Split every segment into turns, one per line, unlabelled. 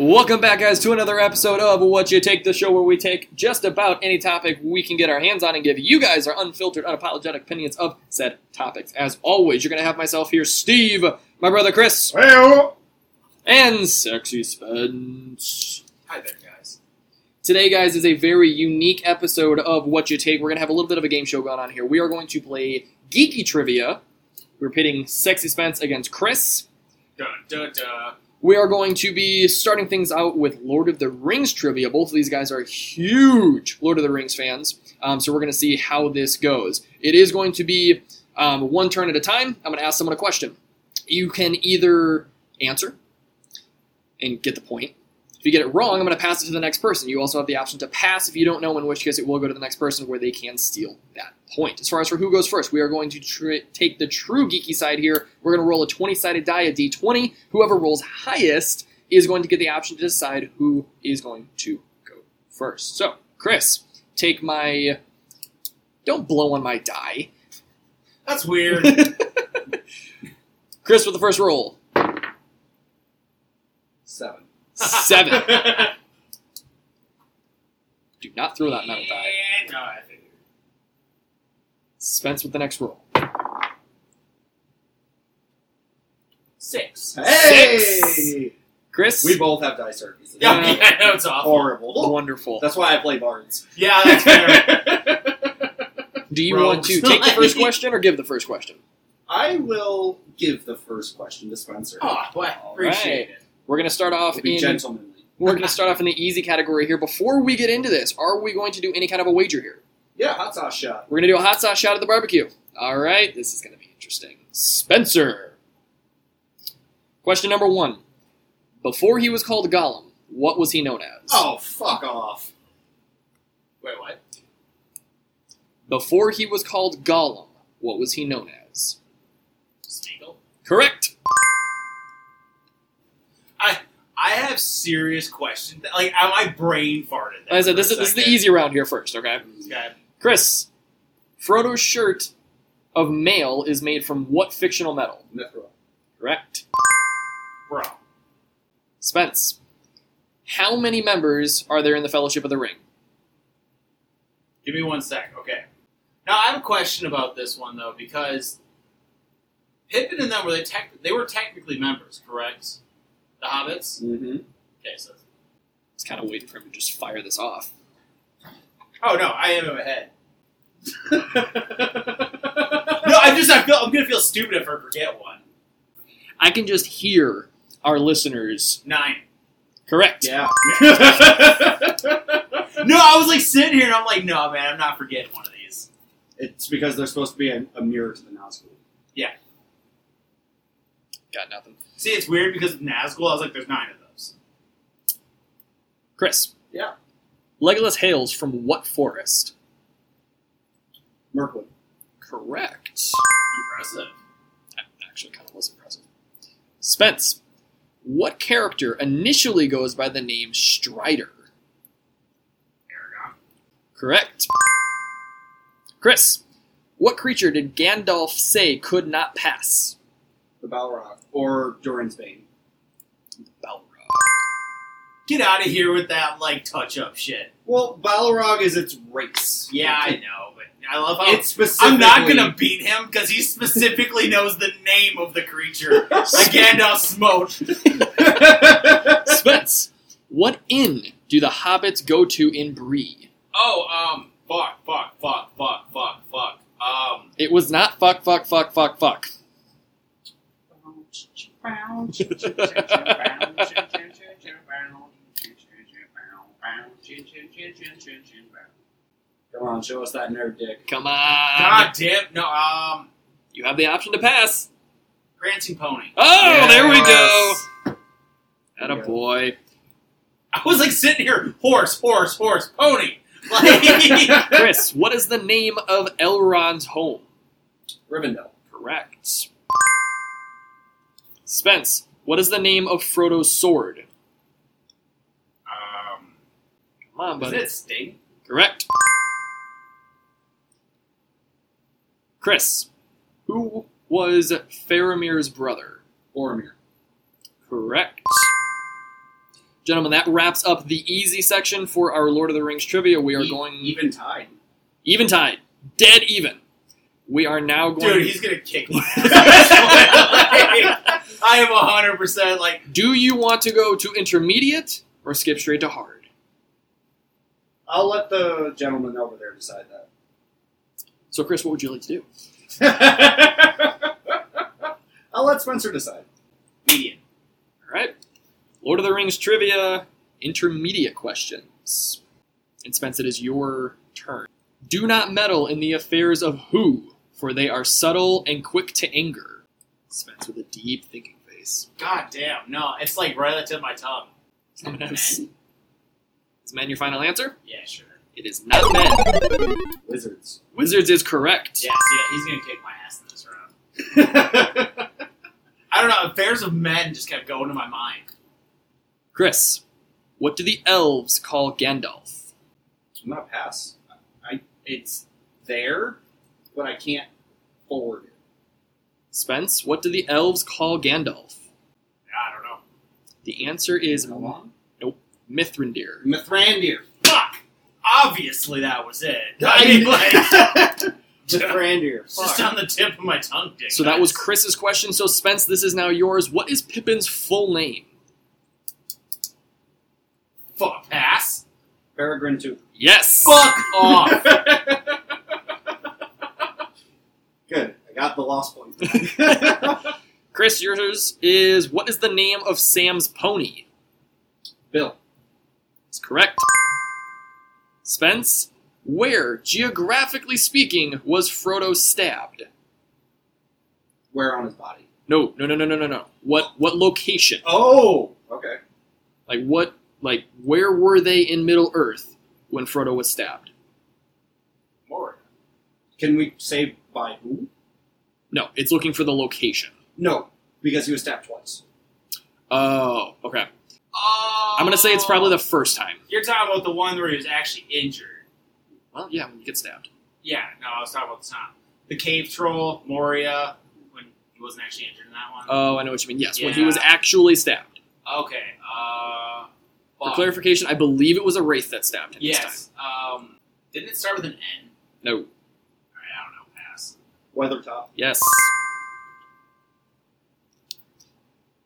Welcome back, guys, to another episode of What You Take, the show where we take just about any topic we can get our hands on and give you guys our unfiltered, unapologetic opinions of said topics. As always, you're going to have myself here, Steve, my brother Chris, and Sexy Spence.
Hi there, guys.
Today, guys, is a very unique episode of What You Take. We're going to have a little bit of a game show going on here. We are going to play Geeky Trivia. We're pitting Sexy Spence against Chris.
Dun, dun, dun.
We are going to be starting things out with Lord of the Rings trivia. Both of these guys are huge Lord of the Rings fans, um, so we're going to see how this goes. It is going to be um, one turn at a time. I'm going to ask someone a question. You can either answer and get the point. If you get it wrong, I'm going to pass it to the next person. You also have the option to pass if you don't know, in which case it will go to the next person where they can steal that point. As far as for who goes first, we are going to tr- take the true geeky side here. We're going to roll a 20 sided die, a d20. Whoever rolls highest is going to get the option to decide who is going to go first. So, Chris, take my. Don't blow on my die.
That's weird.
Chris with the first roll.
Seven.
Seven. Do not throw that metal die.
Yeah, no, I figured.
Spence with the next roll.
Six.
Hey!
Chris?
We both have dice turkeys.
Yeah,
Yeah.
yeah, that's awful.
Horrible.
Wonderful.
That's why I play bards.
Yeah, that's fair.
Do you
Rogue.
want to take the first question or give the first question?
I will give the first question to Spencer.
oh, boy,
All
appreciate it.
We're gonna start off
We'll be
in
gentlemanly.
we're gonna start off in the easy category here. Before we get into this, are we going to do any kind of a wager here?
Yeah, hot sauce shot.
We're gonna do a hot sauce shot at the barbecue. Alright, this is gonna be interesting. Spencer. Question number one. Before he was called Gollum, what was he known as?
Oh, fuck off.
Wait, what?
Before he was called Gollum, what was he known as?
Smeagol?
Correct.
I I have serious questions. Like, I, my brain farted.
Like I said, this is, this is the easy round here first, okay?
Okay.
Chris, Frodo's shirt of mail is made from what fictional metal?
Mithril.
Correct.
Bro.
Spence, how many members are there in the Fellowship of the Ring?
Give me one sec. Okay. Now I have a question about this one though because Pippin and them were they tech they were technically members, correct? The hobbits.
Mm-hmm.
Okay, so
I was kind of waiting for him to just fire this off.
oh no, I am in my head. no, I'm just I feel I'm gonna feel stupid if I forget one.
I can just hear our listeners.
Nine.
Correct.
Yeah.
no, I was like sitting here and I'm like, no man, I'm not forgetting one of these.
It's because they're supposed to be a, a mirror to the Nazgul.
Got nothing.
See, it's weird because of Nazgul. I was like, there's nine of those.
Chris.
Yeah.
Legolas hails from what forest?
Mirkwood.
Correct.
Impressive.
That actually kind of was impressive. Spence, what character initially goes by the name Strider?
Aragorn.
Correct. Chris, what creature did Gandalf say could not pass?
The Balrog. Or Durin's Bane.
Balrog.
Get out of here with that like touch up shit.
Well, Balrog is its race.
Yeah, I know, but I love how
It's specifically...
I'm not gonna beat him because he specifically knows the name of the creature. Like Gandalf smote.
Spence, what inn do the hobbits go to in Bree?
Oh, um, fuck, fuck, fuck, fuck, fuck, fuck. Um,
It was not fuck, fuck, fuck, fuck, fuck.
Come on, show us that nerd dick.
uh,
Come on.
god damn, no, um,
You have the option to pass.
Prancing Pony.
Oh, there we go.
Yes.
At a boy.
I was like sitting here, horse, horse, horse, pony. Like,
Chris, what is the name of Elrond's home?
Rivendell.
Correct. Spence, what is the name of Frodo's sword?
um,
Come on,
was
buddy.
it Sting?
Correct. Chris, who was Faramir's brother?
Boromir.
Correct. Gentlemen, that wraps up the easy section for our Lord of the Rings trivia. We are
E-
going even,
even tied.
time, dead even. We are now going.
Dude, he's gonna kick my ass. Like, I am hundred percent like
Do you want to go to intermediate or skip straight to hard?
I'll let the gentleman over there decide
So, Chris, what would you like to do?
that. I'll let Spencer decide.
median.
All right. Lord of the Rings trivia, intermediate questions. And Spence, it is your turn. Do not meddle in the affairs of who, for they are subtle and quick to anger. Spence with a deep thinking face.
God damn, no, it's like right at the tip of my tongue.
I'm gonna have s- Is men your final answer?
Yeah, sure.
It is not men.
Wizards.
Wizards is correct.
Yeah, see, he's gonna kick my ass in this round. I don't know. Affairs of men just kept going to my mind.
Chris, what do the elves call Gandalf?
I'm not pass,
It's there.
but I can't forward it.
Spence, what do the elves call Gandalf?
I don't know.
The answer is
How long?
Mithrandir.
Mithrandir.
Fuck. Obviously, that was it. I mean, like,
Mithrandir.
it's just
Fuck.
on the tip of my tongue, dick.
So that was
guys.
Chris's question. So Spence, this is now yours. What is Pippin's full name?
fuck pass.
Peregrine too.
Yes.
Fuck off.
Good. I got the lost point.
Chris, yours is what is the name of Sam's pony?
Bill.
It's correct. Spence, where, geographically speaking, was Frodo stabbed?
Where on his body?
No, no, no, no, no, no, no. What what location?
Oh. Okay.
Like what like where were they in Middle Earth when Frodo was stabbed?
Moria.
Can we say by who?
No, it's looking for the location.
No, because he was stabbed twice.
Oh, okay.
Oh.
I'm gonna say it's probably the first time.
You're talking about the one where he was actually injured.
Well, yeah, when you get stabbed.
Yeah, no, I was talking about the time. The cave troll, Moria, when he wasn't actually injured in that one.
Oh, I know what you mean. Yes, when he was
Yeah.
actually stabbed.
okay. Uh,
For
fuck.
clarification, I believe it was a wraith that stabbed him this
Yes. Um, didn't it start with an N?
time. No.
All right, I don't know. Pass.
Weathertop.
Yes.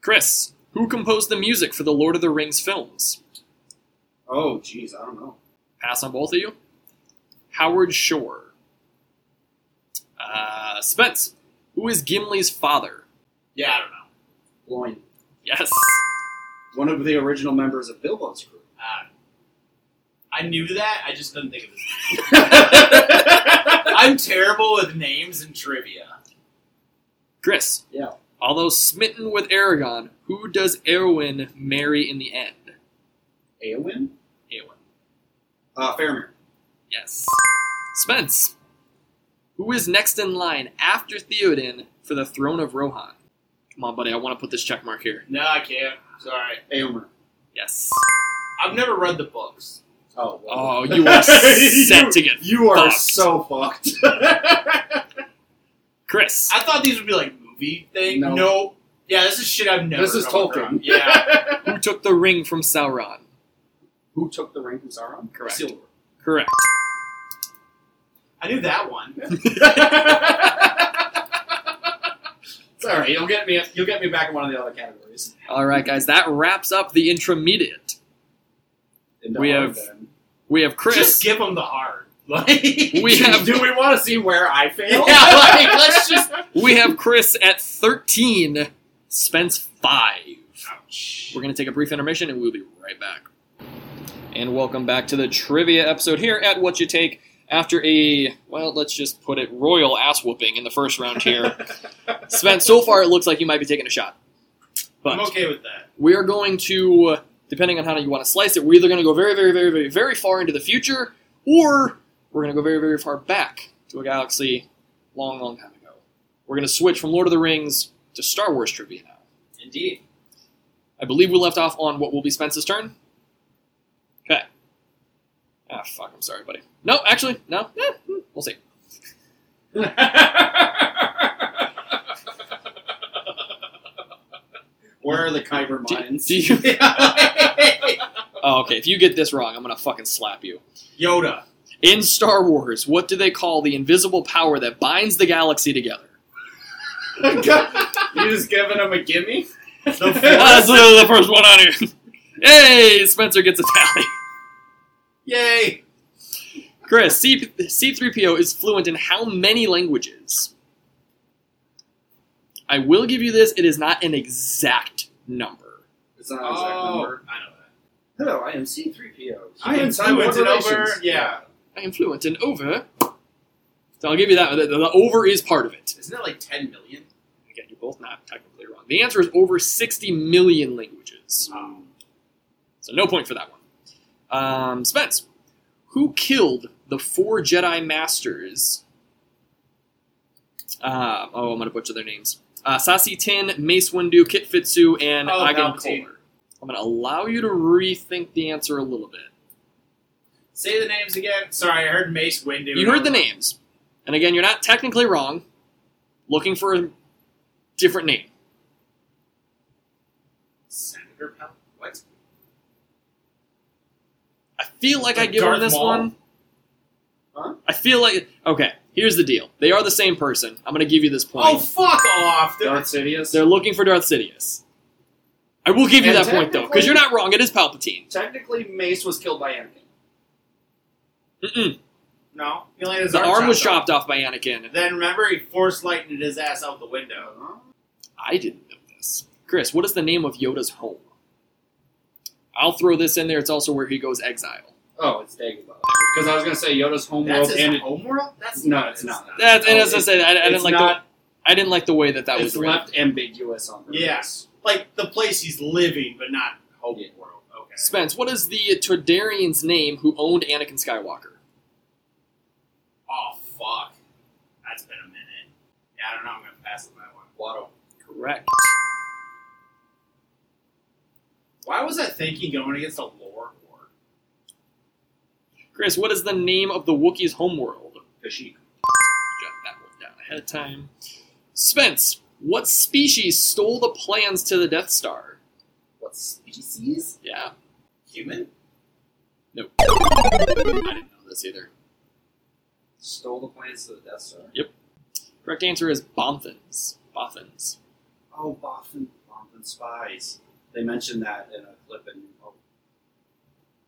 Chris, who composed the music for the Lord of the Rings films?
Oh, jeez, I don't know.
Pass on both of you. Howard Shore. Uh, Spence, who is Gimli's father?
Yeah, I don't know.
Loin.
Yes.
One of the original members of Bilbo's crew.
Uh, I knew that. I just couldn't think of his name.
yeah.
I'm terrible with names and trivia.
Chris, although smitten with Aragon, who does Erwin marry in the end?
Eowyn?
Eowyn.
Uh, Faramir.
Yes. Spence, who is next in line after Theoden for the throne of Rohan? Come on, buddy, I want to put this check mark here.
No, I can't. Sorry.
Eomer.
Yes.
I've never read the books.
Oh, well.
Oh, you are set to get
You are
fucked.
so fucked.
Chris.
I thought these would be like movie thing.
No.
Yeah, this is shit I've never.
This is
come
Tolkien.
across. Yeah.
Who took the ring from Sauron?
Who took the ring from Sauron?
Correct.
Silver.
Correct.
I knew that one.
It's all right. You'll get me. You'll get me back in one of the other categories.
All right, guys, that wraps up the intermediate.
And
We
I'll
have-
then-
We have Chris.
Just give them the hard. Like,
we have
Do we want to see where I
yeah,
fail?
like, let's just.
we have Chris at 13, Spence 5.
Ouch.
We're going to take a brief intermission and we'll be right back. And welcome back to the trivia episode here at What You Take. after a, well, let's just put it, royal ass whooping in the first round here. Sven, so far it looks like you might be taking a shot.
I'm
But
okay with that.
we are going to, depending on how you want to slice it, we're either going to go very, very, very, very, very far into the future, or we're going to go very, very far back to a galaxy long, long time ago. We're going to switch from Lord of the Rings to Star Wars trivia now.
Indeed.
I believe we left off on what will be Spence's turn. Okay. Ah, fuck. I'm sorry, buddy. No, actually, no. Eh, hmm, we'll see.
Where are the Kyber
Do-
mines?
do you- Oh, okay. If you get this wrong, I'm gonna fucking slap you.
Yoda.
In Star Wars, what do they call the invisible power that binds the galaxy together?
you just giving them a gimme?
That's the first one on here. Hey, Spencer gets a tally.
Yay!
Chris, C- C3PO is fluent in how many languages? I will give you this. It is not an exact number.
It's not an exact
Oh,
number.
I know that.
Hello, I am C3PO.
I am
Inside
fluent in
World
over.
Relations.
Yeah.
I am fluent in over. So I'll give you that. The, the over is part of it.
Isn't that like 10 million?
Again, you're both not technically wrong. The answer is over 60 million languages.
Um,
So no point for that one. Um, Spence, who killed the four Jedi Masters? Uh, oh, I'm going to butcher their names. Uh, Sasi Tin, Mace Windu, Kit Fitzu, and
Oh,
Agen
Palpatine.
Kolar. I'm going to allow you to rethink the answer a little bit.
say the names again. Sorry, I heard Mace Windu.
You heard the names. And again, you're not technically wrong. Looking for a different name.
Senator Pal. What?
I feel like
Like
I give
Darth
him this
Maul?
one.
Huh?
I feel like okay. Here's the deal. They are the same person. I'm gonna give you this point.
Oh, fuck off.
Darth Sidious.
They're looking for Darth Sidious. I will give you
And
that point though, because you're not wrong. It is Palpatine.
Technically, Mace was killed by Anakin.
Mm-mm.
No. He only had his
The arm was
chopped
chopped off by Anakin.
off. Then remember, he force lightened his ass out the window.
I didn't know this. Chris, what is the name of Yoda's home? I'll throw this in there. It's also where he goes exile.
Oh, it's Dagobah. Because I was going to say Yoda's homeworld
That's his
ended.
homeworld? That's
No,
not
it's
his-
not.
That, and
Oh,
as I
it's-
said, I, I didn't
it's
like
not-
the I didn't like the way that that
it's
was written.
left ambiguous on purpose.
Yes. Like the place he's living, but not homeworld. Okay.
Spence, what is the Targaryen's name who owned Anakin Skywalker?
Oh fuck, that's been a minute. Yeah, I don't know. I'm gonna pass on that one.
Waddle.
Correct.
Why was I thinking going against a lore war?
Chris, what is the name of the Wookiee's homeworld?
Kashyyyk.
Jot that one down ahead of time. Spence, what species stole the plans to the Death Star?
What species?
Yeah,
Human?
I didn't know this either.
Stole the plans to the Death Star.
Correct answer is Bothans. Bothans.
Oh, Boffin, Boffin spies. They mentioned that in a clip in. Oh,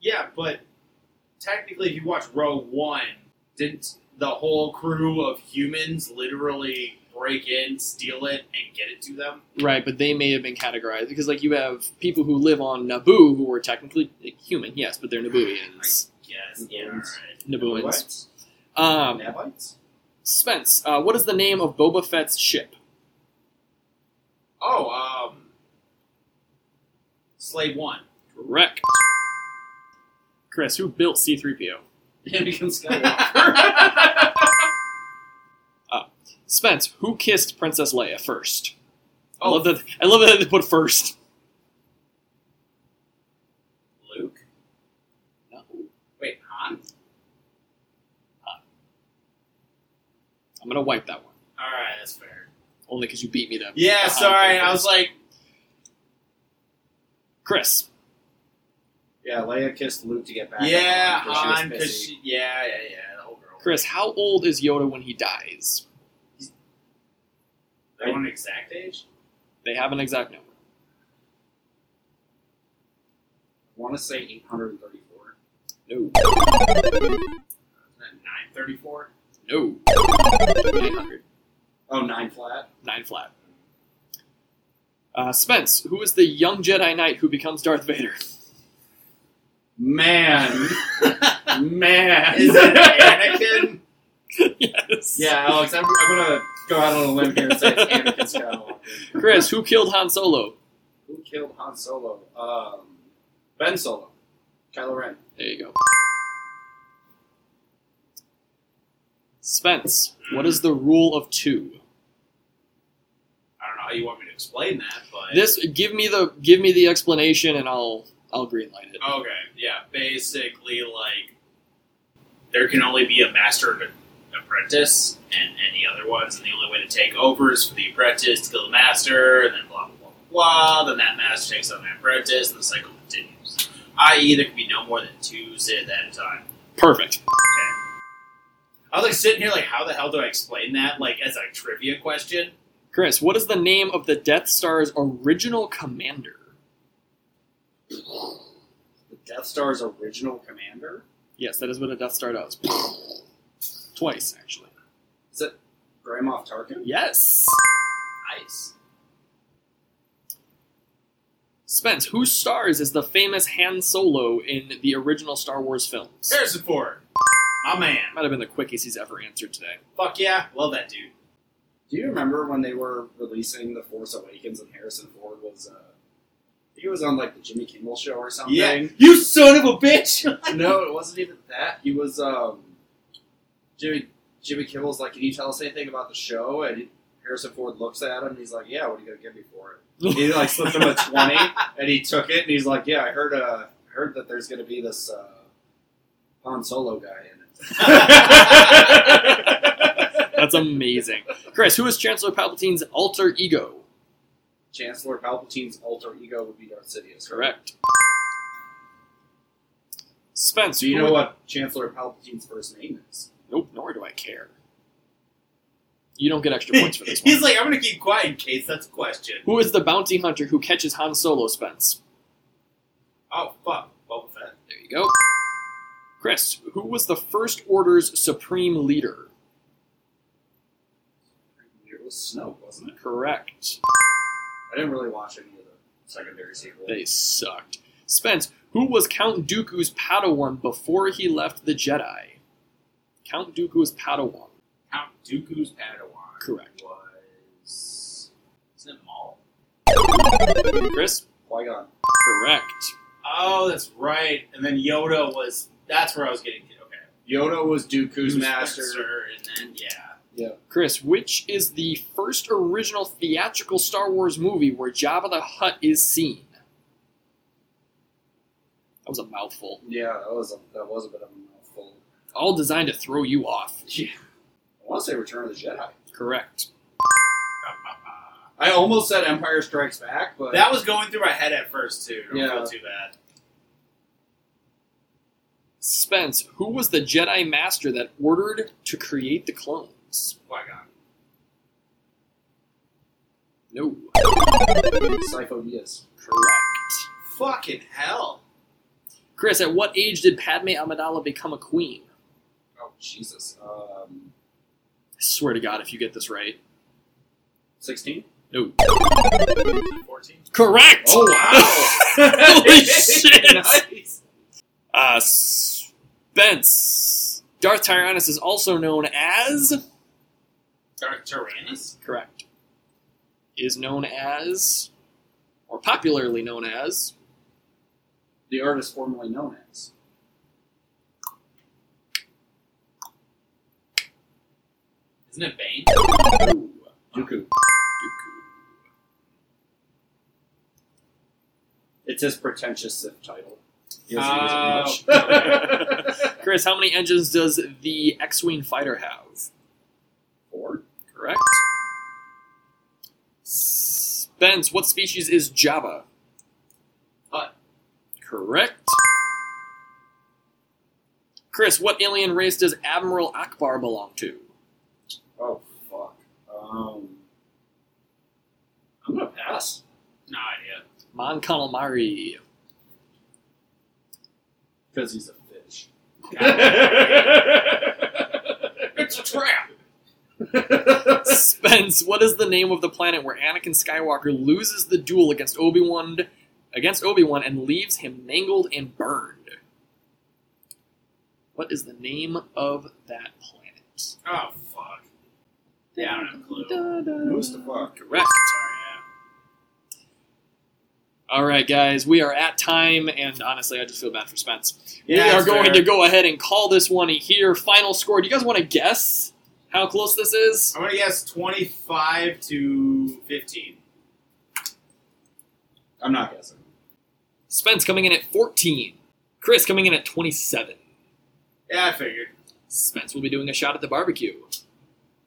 Yeah, but technically, if you watch Row One, didn't the whole crew of humans literally break in, steal it, and get it to them?
Right, but they may have been categorized because, like, you have people who live on Naboo who are technically like, human, yes, but they're Nabooians.
Yes. Yeah. all right.
Nabooians.
Nabites?
Um,
Nabites?
Spence, uh, what is the name of Boba Fett's ship?
Oh, um, Slave One.
Correct. Chris, who built C3PO?
Anakin
Spence, who kissed Princess Leia first? I
Oh.
love that. I love that they put first.
Luke.
No,
Wait, Han.
I'm gonna wipe that one
All right, that's fair.
only because you beat me Uh-huh. to.
Yeah,
to Han
sorry.
first.
I was like,
Chris.
yeah, Leia kissed Luke to get back.
yeah,
at
Han,
Han, because
because
she was pissy.
she, yeah, yeah, yeah, the old girl.
Chris, how old is Yoda when he dies?
They want an exact age?
They have an exact number.
I want to say 834.
No,
Isn't that 934?
no. 900.
Oh, nine flat.
Nine flat. Uh, Spence, who is the young Jedi Knight who becomes Darth Vader?
Man,
on?
Man.
Is it Anakin?
yes.
yeah, Alex, I'm, I'm gonna go out on a limb here and say it's Anakin Skywalker.
Chris, who killed Han Solo?
Who killed Han Solo? Um, ben Solo. Kylo Ren.
There you go. Spence, what is the rule of two?
I don't know how you want me to explain that, but
This give me the give me the explanation and I'll I'll greenlight it.
okay, yeah, basically like there can only be a master and an apprentice, and any other ones, and the only way to take over is for the apprentice to kill the master, and then blah blah blah blah. blah. Then that master takes on the apprentice, and the cycle continues. I.e., there can be no more than two Zid at a time.
Perfect.
I was like sitting here, like, how the hell do I explain that? Like as a trivia question.
Chris, what is the name of the Death Star's original commander?
The Death Star's original commander?
Yes, that is what a Death Star does. Twice, actually.
Grand Moff Tarkin?
Yes.
Nice.
Spence, whose stars is the famous Han Solo in the original Star Wars films?
Harrison Ford, my man.
Might have been the quickest he's ever answered today.
Fuck yeah, love that dude.
Do you remember when they were releasing The Force Awakens and Harrison Ford was, uh, I think it was on like the Jimmy Kimmel show or something?
you son of a bitch.
no, it wasn't even that. He was um, Jimmy Jimmy Kimmel's like, "Can you tell us anything about the show?" And Harrison Ford looks at him. and He's like, "Yeah, what are you gonna give me for it?" He like slipped him a twenty, and he took it, and he's like, "Yeah, I heard uh, I heard that there's gonna be this uh, Han Solo guy in it."
That's amazing. Chris, who is Chancellor Palpatine's alter ego?
Chancellor Palpatine's alter ego would be Darth Sidious. right?
Correct. Spence,
Do you
who
know
would-
what Chancellor Palpatine's first name is?
Nope, nor do I care. You don't get extra points for this one.
He's like, I'm gonna keep quiet in case that's a question.
Who is the bounty hunter who catches Han Solo, Spence?
Oh fuck, Boba Fett.
There you go. Chris, who was the First Order's supreme leader?
It was Snoke, wasn't it?
Correct.
I didn't really watch any of the secondary sequels.
They sucked. Spence, who was Count Dooku's Padawan before he left the Jedi? Count Dooku's Padawan.
Count Dooku's Padawan.
Correct.
Was isn't it Maul?
Chris?
Qui Gon.
Correct.
Oh, that's right. And then Yoda was. That's where I was getting. Okay.
Yoda was
Who's
Dooku's master.
master? And then yeah.
Chris, which is the first original theatrical Star Wars movie where Jabba the Hutt is seen? That was a mouthful.
Yeah, that was a, that was a bit of a mouthful.
All designed to throw you off.
I want to say Return of the Jedi.
Correct.
I almost said Empire Strikes Back, but
That was going through my head at first too. Don't
Yeah.
feel too bad.
Spence, who was the Jedi Master that ordered to create the clones?
Qui Gon.
No.
Sifo Dyas.
Correct.
Fucking hell.
Chris, at what age did Padme Amidala become a queen?
Oh Jesus, um,
I swear to God, if you get this right.
sixteen.
No.
Fourteen.
Correct!
Oh wow!
Holy shit!
Nice.
Uh, Spence. Darth Tyrannus is also known as.
Darth Tyrannus.
Correct. Is known as. Or popularly known as.
The artist formerly known as
Isn't it Bane?
Dooku.
Dooku.
It's his pretentious Sith title. He
Oh.
doesn't use it much.
Chris, how many engines does the X Wing fighter have?
Four.
Correct. Spence, what species is Java?
Hut.
Correct. Chris, what alien race does Admiral Akbar belong to?
Oh fuck. Um, I'm gonna pass.
No idea.
Mon Calamari.
Because he's a fish.
It's a trap.
Spence, what is the name of the planet where Anakin Skywalker loses the duel against Obi Wan, against Obi Wan, and leaves him mangled and burned? What is the name of that planet?
Oh fuck. Yeah, I don't have a clue. Sorry,
Mustafa.
Correct. All right, guys, we are at time, and honestly, I just feel bad for Spence. we are going to go ahead and call this one here. Final score. Do you guys want to guess how close this is?
I'm gonna guess 25 to 15.
I'm not guessing.
Spence coming in at 14. Chris coming in at 27.
Yeah, I figured.
Spence will be doing a shot at the barbecue.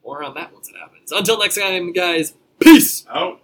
More on that once it happens. Until next time, guys, peace!
Oh,
Out.